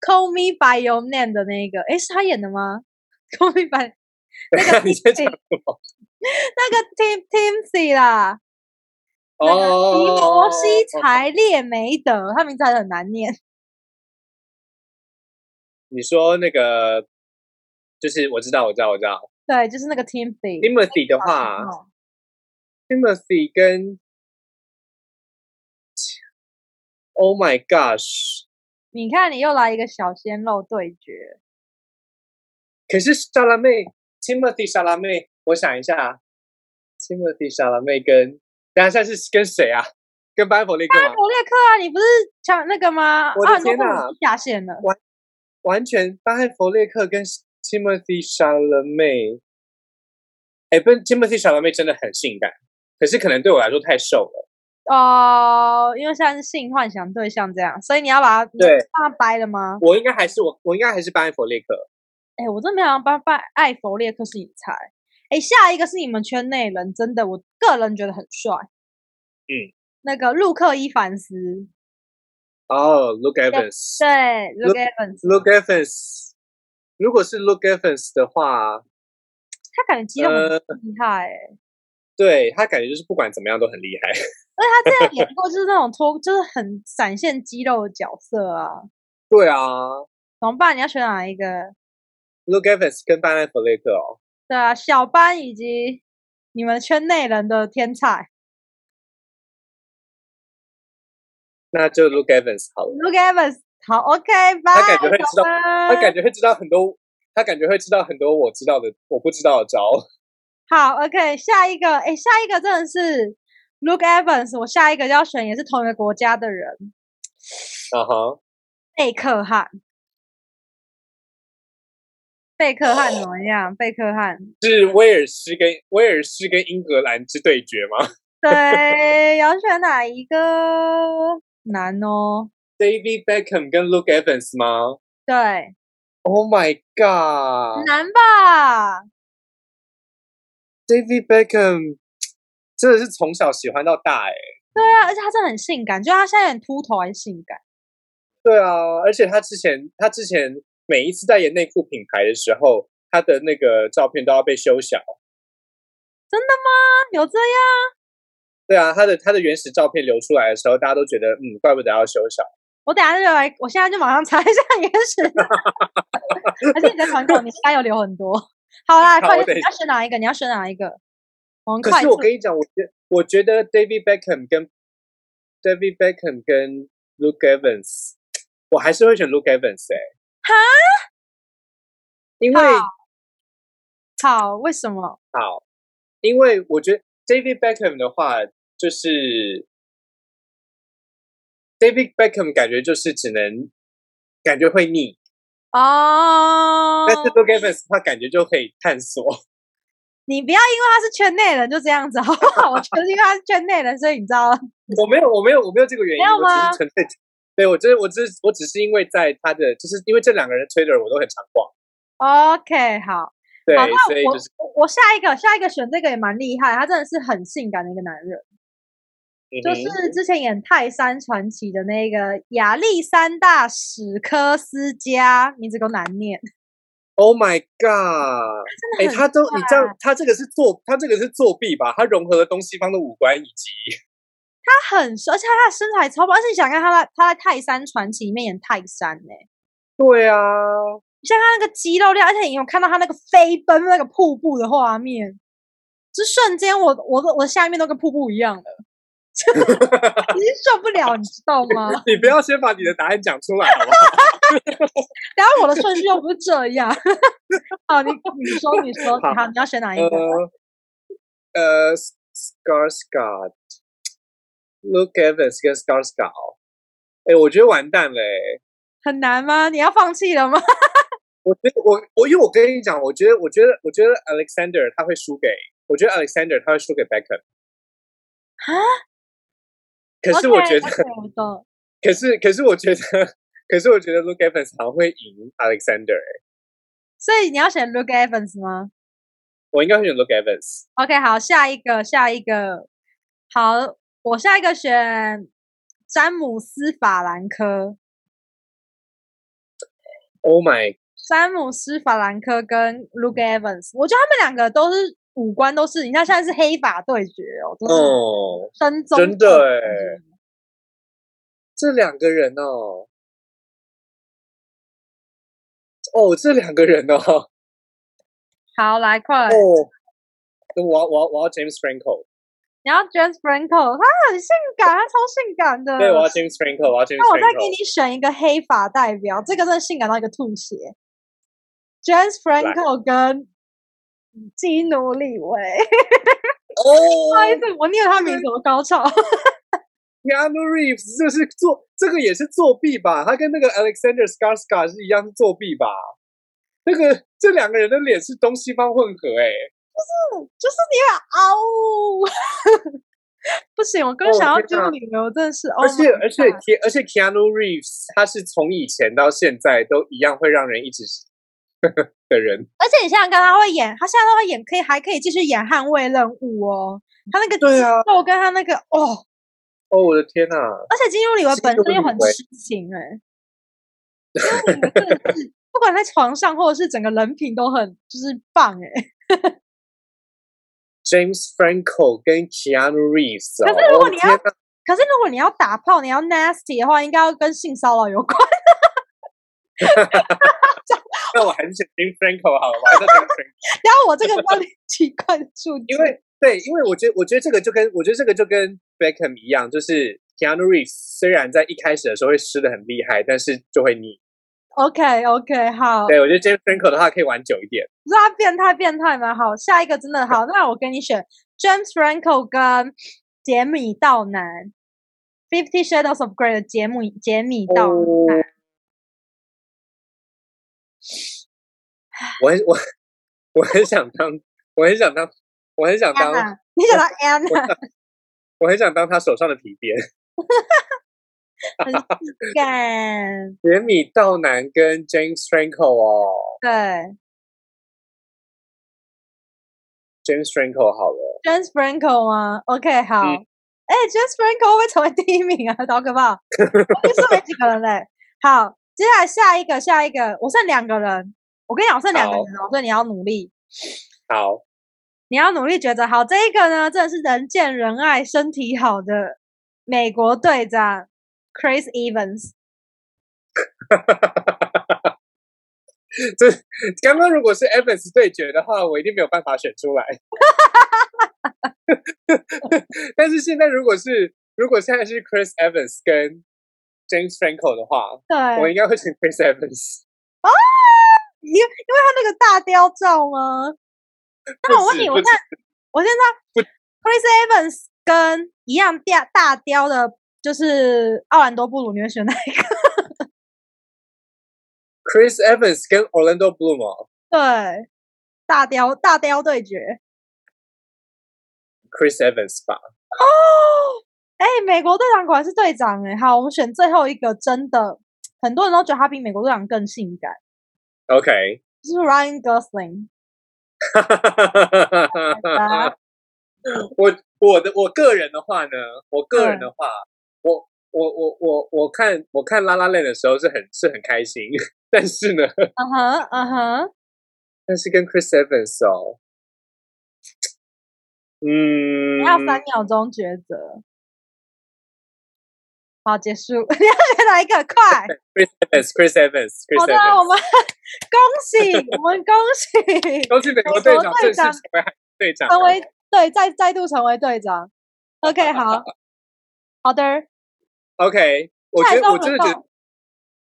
[SPEAKER 2] ，Call Me by Your Name 的那一个，哎，是他演的吗？Call Me by 那个
[SPEAKER 1] 你先讲
[SPEAKER 2] Tim- 那个 Tim Timothy 啦，
[SPEAKER 1] 哦
[SPEAKER 2] 那个提摩西
[SPEAKER 1] 哦哦哦
[SPEAKER 2] 柴列梅德，他名字还是很难念。
[SPEAKER 1] 你说那个，就是我知道，我知道，我知道。
[SPEAKER 2] 对，就是那个 Timothy。
[SPEAKER 1] Timothy 的
[SPEAKER 2] 小
[SPEAKER 1] 话
[SPEAKER 2] 鲜肉
[SPEAKER 1] ，Timothy 跟，Oh my gosh！
[SPEAKER 2] 你看，你又来一个小鲜肉对决，
[SPEAKER 1] 可是莎拉妹，Timothy 莎拉妹，我想一下啊，Timothy 莎拉妹跟，等一下现在是跟谁啊？跟班佛利克吗？
[SPEAKER 2] 弗列克啊，你不是抢那个吗？
[SPEAKER 1] 我的
[SPEAKER 2] 啊，你
[SPEAKER 1] 天
[SPEAKER 2] 都不
[SPEAKER 1] 哪
[SPEAKER 2] 下线了。
[SPEAKER 1] 完全班佛利克跟 Timothy 莎拉妹，哎，不，Timothy 莎拉妹真的很性感，可是可能对我来说太瘦了。
[SPEAKER 2] 哦，因为现在是性幻想对象这样，所以你要把它
[SPEAKER 1] 对
[SPEAKER 2] 把它掰了吗？
[SPEAKER 1] 我应该还是我，我应该还是班佛利克。
[SPEAKER 2] 哎，我真没想到把把艾弗列克是你猜。哎，下一个是你们圈内人，真的，我个人觉得很帅。
[SPEAKER 1] 嗯，
[SPEAKER 2] 那个陆克伊凡斯，
[SPEAKER 1] 哦、l o o k Evans。
[SPEAKER 2] 对，Luke
[SPEAKER 1] Luke-
[SPEAKER 2] Evans，
[SPEAKER 1] Look Evans，如果是 Look Evans 的话，
[SPEAKER 2] 他感觉肌肉很
[SPEAKER 1] 呃，
[SPEAKER 2] 厉害、欸，
[SPEAKER 1] 对他感觉就是不管怎么样都很厉害。 [laughs]
[SPEAKER 2] 而且他之前演过就是那种脱， [laughs] 就是很闪现肌肉的角色啊。
[SPEAKER 1] 对啊
[SPEAKER 2] 怎么办？你要选哪一个？
[SPEAKER 1] ，Look Evans 跟班艾弗雷克哦，
[SPEAKER 2] 对啊，小班以及你们圈内人的天才
[SPEAKER 1] 那就 Look Evans 好了。
[SPEAKER 2] Luke Evans。好，OK，拜。
[SPEAKER 1] 他感觉会知道
[SPEAKER 2] 他
[SPEAKER 1] 他感觉会知道很多，他感觉会知道很多我知道的我不知道的招。 [laughs]
[SPEAKER 2] 好，OK，下一个，哎，下一个真的是 Luke Evans，我下一个要选也是同一个国家的人，
[SPEAKER 1] 啊哈，
[SPEAKER 2] 贝克汉。贝克汉怎么样？贝克汉，
[SPEAKER 1] 是威尔士跟威尔士跟英格兰之对决吗 [laughs]
[SPEAKER 2] 对，要选哪一个？难哦。
[SPEAKER 1] ？David Beckham 跟 Look Evans 吗
[SPEAKER 2] 对，
[SPEAKER 1] ？Oh my god！David
[SPEAKER 2] 难吧？
[SPEAKER 1] Beckham 真的是从小喜欢到大哎、
[SPEAKER 2] 对啊，而且他真的很性感，就他现在很秃头，还性感。
[SPEAKER 1] 对啊，而且他之前他之前每一次代言内裤品牌的时候，他的那个照片都要被修小。
[SPEAKER 2] 啊，有这样？
[SPEAKER 1] 对啊，他的他的原始照片流出来的时候，大家都觉得嗯，怪不得要修小。
[SPEAKER 2] 我等下就来，我现在就马上查一下原 [laughs] 始。还是你在团购，你应该有留很多。好啦，
[SPEAKER 1] 好
[SPEAKER 2] 快
[SPEAKER 1] 我等
[SPEAKER 2] 点，你
[SPEAKER 1] 一
[SPEAKER 2] 要选哪一个？你要选哪一个？我们
[SPEAKER 1] 可
[SPEAKER 2] 快
[SPEAKER 1] 是
[SPEAKER 2] 速
[SPEAKER 1] 我跟你讲，我觉我觉得 David Beckham 跟 David Beckham 跟 Luke Evans，我还是会选 Luke Evans 哎、
[SPEAKER 2] 哈，
[SPEAKER 1] 因为
[SPEAKER 2] 好好，为什么？
[SPEAKER 1] 好，因为我觉得 David Beckham 的话，就是 David Beckham 感觉就是只能感觉会腻，
[SPEAKER 2] 哦，
[SPEAKER 1] 但是 Luke Evans 他感觉就可以探索。
[SPEAKER 2] 你不要因为他是圈内人就这样子好不好？我觉得因为他是圈内人，所以你知道，
[SPEAKER 1] 我没有，我没有，我没有这个原因，
[SPEAKER 2] 没有
[SPEAKER 1] 我只
[SPEAKER 2] 吗
[SPEAKER 1] 是纯粹。 [laughs] 对我真，我只是我只是因为在他的，就是因为这两个人 Twitter 我都很常逛，
[SPEAKER 2] OK，好，
[SPEAKER 1] 对，
[SPEAKER 2] 好，那
[SPEAKER 1] 所以
[SPEAKER 2] 我、
[SPEAKER 1] 就是
[SPEAKER 2] 我我下一个下一个选这个也蛮厉害，他真的是很性感的一个男人，就
[SPEAKER 1] 嗯哼
[SPEAKER 2] 是之前演《泰山传奇》的那个亚历山大史科斯加，名字都难念，
[SPEAKER 1] Oh my God！哎、
[SPEAKER 2] 很
[SPEAKER 1] 他都你这样，他这个是作，他这个是作弊吧？他融合了东西方的五官以及
[SPEAKER 2] 他很帅，而且他的身材超棒，而且你想看他在他在《泰山传奇》里面演泰山呢、
[SPEAKER 1] 对啊，
[SPEAKER 2] 你像他那个肌肉量，而且你有看到他那个飞奔那个瀑布的画面，就瞬间我我的我的下面都跟瀑布一样了， [laughs] 已经受不了，你知道吗？
[SPEAKER 1] 你不要先把你的答案讲出来好
[SPEAKER 2] [laughs]
[SPEAKER 1] 不好？
[SPEAKER 2] 等下我的顺序又不是这样。 [laughs] 好，你你说你说，
[SPEAKER 1] 好
[SPEAKER 2] 好，你要选哪一个？
[SPEAKER 1] 呃呃，Skarsgård。Look Evans 跟 Skarsgård，哎、我觉得完蛋了、欸，
[SPEAKER 2] 很难吗？你要放弃了吗？
[SPEAKER 1] 我觉得我我因为我跟你讲，我觉得我觉得我觉得 Alexander 他会输给，我觉得 Alexander 他会输给 Beckham。
[SPEAKER 2] 啊？
[SPEAKER 1] 可是我觉得
[SPEAKER 2] OK，OK，我 [laughs] 懂。
[SPEAKER 1] 可是可是我觉得，可是我觉得 Look Evans 好像会赢 Alexander，、欸、
[SPEAKER 2] 所以你要选 Luke Evans 吗
[SPEAKER 1] 我应该会选 Look Evans。
[SPEAKER 2] ？OK，好，下一个，下一个，好，我下一个选詹姆斯·法兰科。
[SPEAKER 1] Oh my，
[SPEAKER 2] 詹姆斯·法兰科跟 Luke Evans，我觉得他们两个都是五官都是，你看现在是黑发对决哦，都是
[SPEAKER 1] 哦，
[SPEAKER 2] 深棕、
[SPEAKER 1] 真的欸这两个人哦，哦，这两个人哦，哦，
[SPEAKER 2] 好，来快，
[SPEAKER 1] 我要我要我要 James Franco，
[SPEAKER 2] 你要 James Franco，他很性感，他超性感的。
[SPEAKER 1] 对，我要 James Franco，我要 James
[SPEAKER 2] 嗯那我再给
[SPEAKER 1] Franco。
[SPEAKER 2] 你选一个黑发代表，这个真的性感到一个吐血。James Franco 跟基努里维，不好意
[SPEAKER 1] 哦
[SPEAKER 2] 思，我念他名字我高潮。
[SPEAKER 1] ，Keanu Reeves 这是作这个也是作弊吧？他跟那个 Alexander Skarsgård 是一样是作弊吧？那个这两个人的脸是东西方混合哎、
[SPEAKER 2] 就是你很嗷呜， [laughs] 不行，我更
[SPEAKER 1] 哦
[SPEAKER 2] 想要
[SPEAKER 1] 天
[SPEAKER 2] 救
[SPEAKER 1] 哪
[SPEAKER 2] 你了，我真的是。
[SPEAKER 1] 而且
[SPEAKER 2] oh my
[SPEAKER 1] 而且
[SPEAKER 2] God
[SPEAKER 1] 而且 Keanu Reeves 他是从以前到现在都一样会让人一直的人，
[SPEAKER 2] 而且你想想看，他会演，他现在都会演，可以还可以继续演捍卫任务哦。他那个
[SPEAKER 1] 对
[SPEAKER 2] 肌
[SPEAKER 1] 啊
[SPEAKER 2] 肉跟他那个哦，
[SPEAKER 1] 哦，我的天哪、
[SPEAKER 2] 而且金庸里维
[SPEAKER 1] 肌
[SPEAKER 2] 本身
[SPEAKER 1] 肉
[SPEAKER 2] 又很
[SPEAKER 1] 女为
[SPEAKER 2] 痴情哎、金庸里维真的
[SPEAKER 1] [laughs]
[SPEAKER 2] 是不管在床上或者是整个人品都很就是棒哎、
[SPEAKER 1] James Franco 跟 Keanu Reeves 哦、
[SPEAKER 2] 可是如果你要
[SPEAKER 1] 哦天哪
[SPEAKER 2] 可是如果你要打炮，你要 nasty 的话，应该要跟性骚扰有关。
[SPEAKER 1] 那我还是选 James Franco 好了，我还是要 James Franco，
[SPEAKER 2] 然后我这个帮你奇怪的注
[SPEAKER 1] 因为对，因为我觉得我觉得这个就跟我觉得这个就跟 Beckham 一样，就是 Keanu Reeves 虽然在一开始的时候会湿的很厉害，但是就会腻。
[SPEAKER 2] OK OK 好，
[SPEAKER 1] 对我觉得 James Franco 的话可以玩久一点。
[SPEAKER 2] 你说他变态变态吗？好，下一个真的好，那我给你选 James Franco 跟杰米道南，《Fifty Shadows of Grey》的杰米杰米道南。
[SPEAKER 1] 哦 [sighs] 我很我我很想当，我很想当，我很想当，
[SPEAKER 2] Anna，你想到 Anna [laughs]
[SPEAKER 1] 我很想当他手上的皮鞭。 [laughs]
[SPEAKER 2] 很性感，
[SPEAKER 1] 杰米·道南跟 James Franco 哦
[SPEAKER 2] 对
[SPEAKER 1] ，James Franco 好了，
[SPEAKER 2] ，James Franco 吗？OK，好。
[SPEAKER 1] 嗯
[SPEAKER 2] 哎、j a m e s Franco 会不会成为第一名啊？好可
[SPEAKER 1] [laughs]
[SPEAKER 2] 怕！我就是没几个人嘞。好，接下来下一个，下一个，我剩两个人。我跟你讲，我剩两个人
[SPEAKER 1] 好
[SPEAKER 2] 哦，所以你要努力。
[SPEAKER 1] 好，
[SPEAKER 2] 你要努力觉得好。这一个呢，真的是人见人爱、身体好的美国队长 Chris Evans。
[SPEAKER 1] [laughs] 这刚刚如果是 Evans 对决的话，我一定没有办法选出来。 [laughs] 但是现在如果是如果现在是 Chris Evans 跟 James Franco 的话，
[SPEAKER 2] 对，
[SPEAKER 1] 我应该会选 Chris Evans。
[SPEAKER 2] 因因为他那个大雕照吗？那我问
[SPEAKER 1] 不止
[SPEAKER 2] 你，我
[SPEAKER 1] 不
[SPEAKER 2] 现
[SPEAKER 1] 止
[SPEAKER 2] 在我现
[SPEAKER 1] 不
[SPEAKER 2] 在 Chris Evans 跟一样大大雕的，就是奥兰多布鲁，你会选哪一个？
[SPEAKER 1] Chris Evans 跟 Orlando Bloom 哦
[SPEAKER 2] 对，大雕大雕对决
[SPEAKER 1] ，Chris Evans 吧。
[SPEAKER 2] 哦。哎、美国队长果然是队长哎、好，我们选最后一个，真的很多人都觉得他比美国队长更性感。
[SPEAKER 1] OK，
[SPEAKER 2] 就是 Ryan Gosling。啊
[SPEAKER 1] [laughs] 我我的我个人的话呢，我个
[SPEAKER 2] 嗯
[SPEAKER 1] 人的话，我我我我我看我看拉拉链的时候是很是很开心，但是呢，
[SPEAKER 2] 嗯哼，嗯哼，
[SPEAKER 1] 但是跟 Chris Evans 哦，嗯，
[SPEAKER 2] 要三秒钟抉择。好，结束。 [laughs] 你要选哪一个？快！
[SPEAKER 1] 嗯 Chris Evans，Chris Evans，Chris
[SPEAKER 2] 好的，
[SPEAKER 1] Evans，
[SPEAKER 2] 我们恭喜，我们恭
[SPEAKER 1] [laughs]
[SPEAKER 2] 喜
[SPEAKER 1] 恭喜美国
[SPEAKER 2] 美
[SPEAKER 1] 队
[SPEAKER 2] 国
[SPEAKER 1] 长正
[SPEAKER 2] 队
[SPEAKER 1] 式
[SPEAKER 2] 长
[SPEAKER 1] 成为队长
[SPEAKER 2] 成
[SPEAKER 1] 了， [laughs]
[SPEAKER 2] 为对再再度成为队长。OK，好， other
[SPEAKER 1] OK，我觉
[SPEAKER 2] 还是
[SPEAKER 1] 得
[SPEAKER 2] 要
[SPEAKER 1] 我真的觉
[SPEAKER 2] 轮
[SPEAKER 1] 得，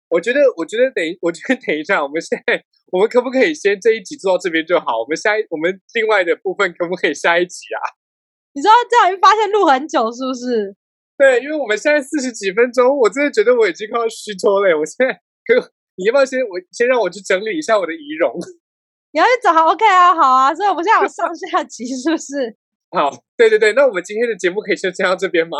[SPEAKER 1] 我觉得我觉得等一，我觉得等一下，我们现在我们可不可以先这一集做到这边就好？我们下一我们另外的部分可不可以下一集啊？ [laughs]
[SPEAKER 2] 你知道这样会发现录很久是不是？
[SPEAKER 1] 对，因为我们现在四十几分钟，我真的觉得我已经快要虚脱了耶。我现在可你要不要先我先让我去整理一下我的仪容？ [laughs]
[SPEAKER 2] 你要去找 OK 啊，好啊，所以我们现在有上下集是不是？
[SPEAKER 1] 好，对对对，那我们今天的节目可以先先到这边吗？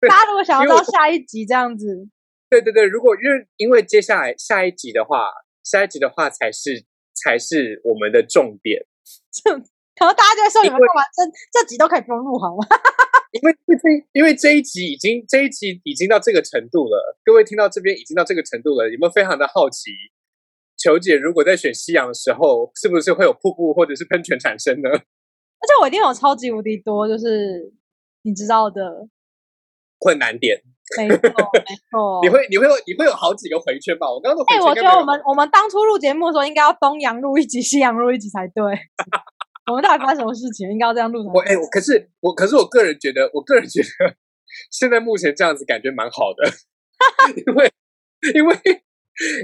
[SPEAKER 1] 对
[SPEAKER 2] 大家如果想要
[SPEAKER 1] 因
[SPEAKER 2] 知
[SPEAKER 1] 为我
[SPEAKER 2] 道下一集这样子，
[SPEAKER 1] 对对对，如果因为因为接下来下一集的话，下一集的话才是才是我们的重点。
[SPEAKER 2] 可能大家就会说你
[SPEAKER 1] 因
[SPEAKER 2] 们
[SPEAKER 1] 为
[SPEAKER 2] 干嘛这这集都可以不用录好吗？
[SPEAKER 1] 因为因为这因为这一集已经这一集已经到这个程度了，各位听到这边已经到这个程度了，有没有非常的好奇？球姐如果在选夕阳的时候，是不是会有瀑布或者是喷泉产生呢？
[SPEAKER 2] 而且我一定有超级无敌多，就是你知道的，
[SPEAKER 1] 困难点，
[SPEAKER 2] 没
[SPEAKER 1] [laughs]
[SPEAKER 2] 错没错。
[SPEAKER 1] 你会你会有你会有好几个回圈吧？我刚刚的回
[SPEAKER 2] 哦哎、
[SPEAKER 1] 圈
[SPEAKER 2] 我
[SPEAKER 1] 应该
[SPEAKER 2] 觉
[SPEAKER 1] 没
[SPEAKER 2] 得
[SPEAKER 1] 有
[SPEAKER 2] 我们我们当初录节目的时候，应该要东阳录一集，西阳录一集才
[SPEAKER 1] [laughs]
[SPEAKER 2] 对。我们到底发生什么事情？应该要这样录才
[SPEAKER 1] 我
[SPEAKER 2] 对。
[SPEAKER 1] 哎、我可是我可是我个人觉得，我个人觉得 [laughs] 现在目前这样子感觉蛮好的， [laughs] 因为因为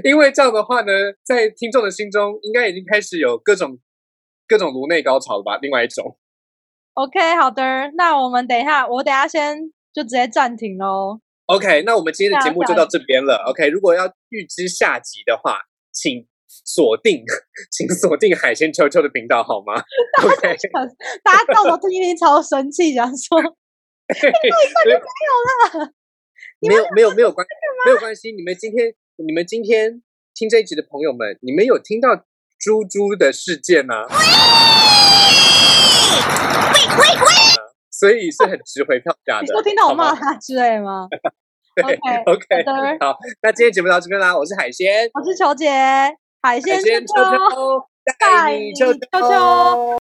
[SPEAKER 1] 因为这样的话呢，在听众的心中应该已经开始有各种各种颅内高潮了吧？另外一种，
[SPEAKER 2] OK，好的，那我们等一下，我等一下先就直接暂停喽。
[SPEAKER 1] OK，那我们
[SPEAKER 2] 啊
[SPEAKER 1] 今天的节目就到这边了。OK，如果要预知下集的话，请锁定， [laughs] 请锁定海鲜秋秋的频道好吗
[SPEAKER 2] [laughs]
[SPEAKER 1] ？OK，
[SPEAKER 2] 大家到时候听一听，超生气，想说
[SPEAKER 1] [laughs] 没有没有没有关没有关系，你们今天你们今天听这一集的朋友们，你们有听到猪猪的事件吗？ [laughs] 所以是很值回票价的。
[SPEAKER 2] 你说听到我
[SPEAKER 1] 好吗
[SPEAKER 2] 骂他之类吗？
[SPEAKER 1] [laughs] 对
[SPEAKER 2] OK，
[SPEAKER 1] OK，
[SPEAKER 2] 好的
[SPEAKER 1] 好，那今天节目到这边啦，我是海鲜，
[SPEAKER 2] 我是球姐，海鲜
[SPEAKER 1] 海鲜秋
[SPEAKER 2] [laughs] 秋秋
[SPEAKER 1] 秋，带
[SPEAKER 2] 带
[SPEAKER 1] 你
[SPEAKER 2] 你
[SPEAKER 1] 秋
[SPEAKER 2] 秋
[SPEAKER 1] 秋
[SPEAKER 2] 秋。